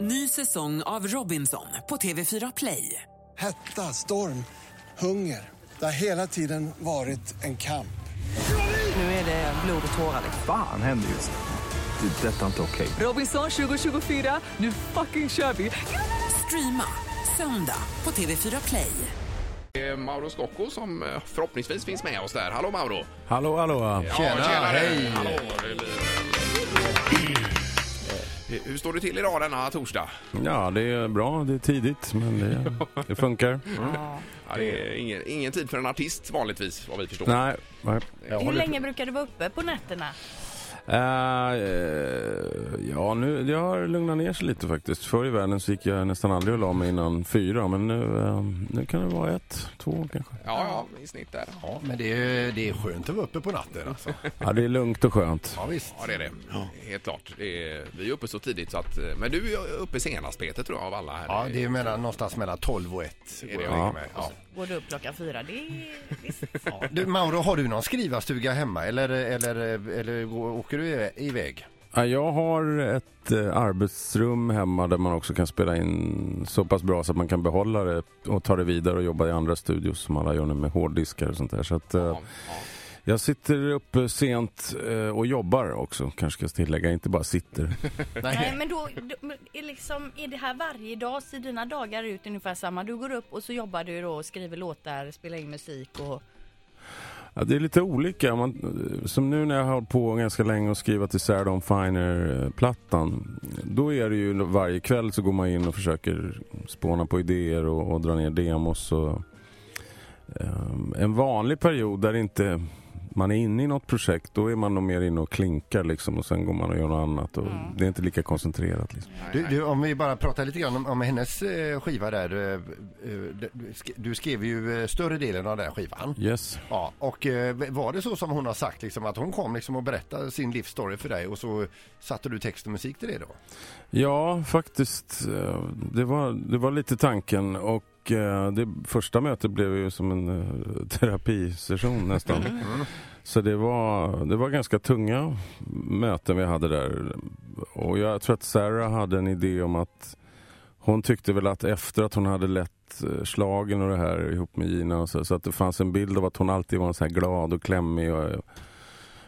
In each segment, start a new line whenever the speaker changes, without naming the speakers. Ny säsong av Robinson på TV4 Play.
Hetta, storm, hunger. Det har hela tiden varit en kamp.
Nu är det blod och tårar. liksom.
Fan händer just nu. Det. är Detta är inte okej.
Robinson 2024, nu fucking kör vi! Streama söndag på TV4 Play.
Det är Eh, Mauro Scocco som eh, förhoppningsvis finns med oss där. Hallå Mauro!
Hallå, hallå!
Ja, tjenare. Hallå. Eh, Hur står det till idag denna torsdag?
Ja, det är bra. Det är tidigt, men det, det funkar.
Ja, det är ingen, ingen tid för en artist vanligtvis vad vi förstår.
Nej, nej.
Hur länge brukar du vara uppe på nätterna?
Eh, eh, ja, nu, det har lugnat ner sig lite faktiskt. Förr i världen så gick jag nästan aldrig och la mig innan fyra, men nu, eh, nu kan det vara ett, två kanske.
Ja, ja, i snitt där.
Ja, men det är, det är skönt att vara uppe på natten alltså.
Ja, det är lugnt och skönt.
Ja, visst.
Ja, det är det. Helt klart. Det är, vi är uppe så tidigt så att... eh, Men du är uppe senast Peter tror jag av alla här.
Ja, det är mellan, någonstans mellan 12 och 1. går
Är det,
jag
ja.
med.
Ja.
Går du upp klockan fyra? Det är... visst.
Ja. Du, Mauro, har du någon skrivarstuga hemma eller, eller, eller går- åker du i- iväg?
Ja, jag har ett eh, arbetsrum hemma där man också kan spela in så pass bra så att man kan behålla det och ta det vidare och jobba i andra studios som alla gör nu med hårddiskar och sånt där. Så att, eh,
Ja,
Jag sitter uppe sent eh, och jobbar också, kanske ska jag tillägga. Inte bara sitter.
Nej, men då, då men är, liksom, är det här varje dag? Ser dina dagar ut ungefär samma? Du går upp och så jobbar du då och skriver låtar, spelar in musik och...
Ja, det är lite olika. Man, eh, som nu när jag har hållit på ganska länge och skrivit isär Don Finer-plattan. Då är det ju varje kväll så går man in och försöker spåna på idéer och, och dra ner demos. Och, ehm, en vanlig period där inte man är inne i något projekt, då är man nog mer inne och klinkar liksom och sen går man och gör något annat. Och Det är inte lika koncentrerat. Liksom.
Du, du, om vi bara pratar lite grann om, om hennes eh, skiva där. eh, eh, d- du sk- Du skrev ju eh, större delen av den skivan.
Yes.
Ja, och eh, var det så som hon har sagt, liksom, att hon kom liksom och berättade sin livsstory för dig och så satte du text och musik till det då?
Ja, faktiskt. eh, Det var, det var lite tanken. Och eh, det första mötet blev ju som en eh, terapisession nästan. Så det var, det var ganska tunga möten vi hade där. Och jag tror att Sarah hade en idé om att hon tyckte väl att efter att hon hade lett eh, slagen och det här ihop med Gina och så, så att det fanns en bild av att hon alltid var en så här glad och klämmig och, eh,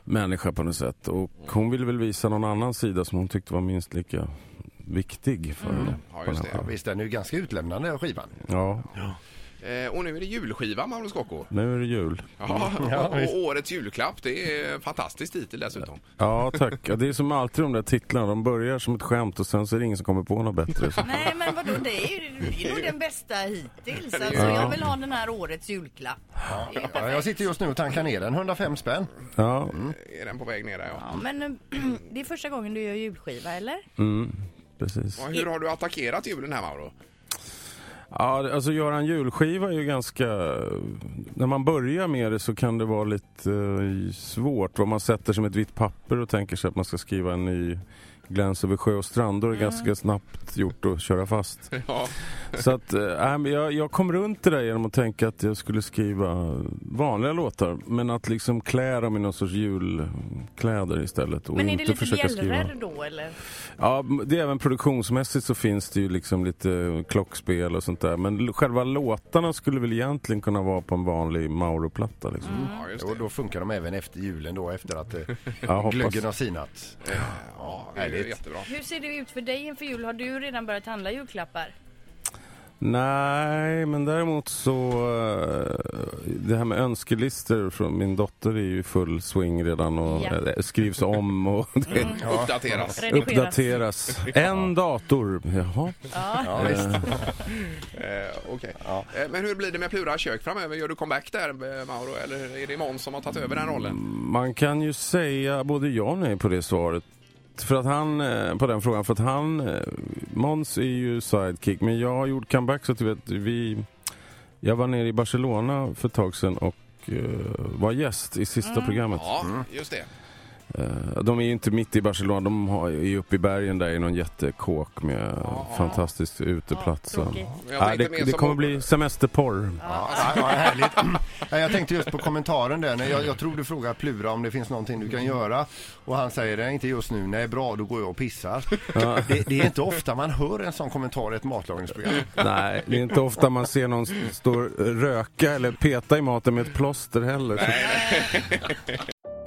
människa på något sätt. Och hon ville väl visa någon annan sida som hon tyckte var minst lika viktig för henne.
Mm. ja just
Ja,
det.
visst, den är ju ganska utlämnande skivan.
Ja,
Eh, Och nu är det julskiva Mauro Scocco.
nu är det jul.
Ja,
Ja, visst.
och årets julklapp. Det är en fantastisk titel dessutom.
Ja, tack. Ja, det är som alltid de där titlarna. De börjar som ett skämt och sen så är det ingen som kommer på något bättre. Så-
Nej, men vadå? Det är ju det är nog den bästa hittills. Alltså, jag vill ha den här årets julklapp.
Ja, jag sitter just nu och tankar ner den, 105 spänn.
Ja,
Är den på väg ner där ja.
Ja, men eh, det är första gången du gör julskiva, eller?
precis.
Ja, Hur har du attackerat julen här Mauro?
Ja, det- alltså göra en julskiva är ju ganska... När man börjar med det så kan det vara lite eh, svårt. Vad man sätter som ett vitt papper och tänker sig att man ska skriva en ny Gläns över sjö och strand. Då är det ganska snabbt gjort att köra fast.
Ja,
Så att, äh, jag, jag kom runt det där genom att tänka att jag skulle skriva vanliga låtar. Men att liksom klä dem i någon sorts julkläder istället. Och
Men är
inte
det lite
försöka skriva.
bjällror då, eller?
Ja, m- det är även produktionsmässigt så finns det ju liksom lite klockspel och sånt där. Men l- själva låtarna skulle väl egentligen kunna vara på en vanlig Mauro-platta liksom.
ja just
Och
det.
då funkar de även efter julen då, efter att eh,
Jag hoppas.
glöggen har sinat.
Ja, det är ju
Härligt.
jättebra.
Hur ser det ut för dig inför jul? Har du redan börjat handla julklappar?
Nej, men däremot så... eh, Det här med önskelister från min dotter är ju i full swing redan och
Ja.
eh, skrivs om och det,
Uppdateras.
Redigeras.
Uppdateras. En dator. Jaha.
Ja, visst.
Eh, okej. Eh, men hur blir det med Plura kök framöver? Gör du comeback där eh, Mauro eller är det Måns som har tagit över den rollen?
Man kan ju säga både ja och nej på det svaret. För att han, eh, på den frågan, för att han, eh, Måns är ju sidekick, men jag har gjort comeback så att du vet, vi, jag var nere i Barcelona för ett tag sedan och eh, var gäst i sista programmet.
Mm. Ja, just det.
Eh, De är ju inte mitt i Barcelona, de har- är ju uppe i bergen där i någon jättekåk med fantastisk uteplats.
Ja,
och-
tråkigt.
Men jag
Ja,
tänkte
det,
mer
det
som-
kommer bli semesterporr.
Ja, ja, härligt. Ja, Jag tänkte just på kommentaren där. Nej, Jag, jag tror du frågar Plura om det finns någonting du kan göra. Och han säger "Nej, inte just nu. Nej, bra, då går jag och pissar. Det, det är inte ofta man hör en sån kommentar i ett matlagningsprogram.
Nej, det är inte ofta man ser någon stå och röka eller peta i maten med ett plåster heller. Så-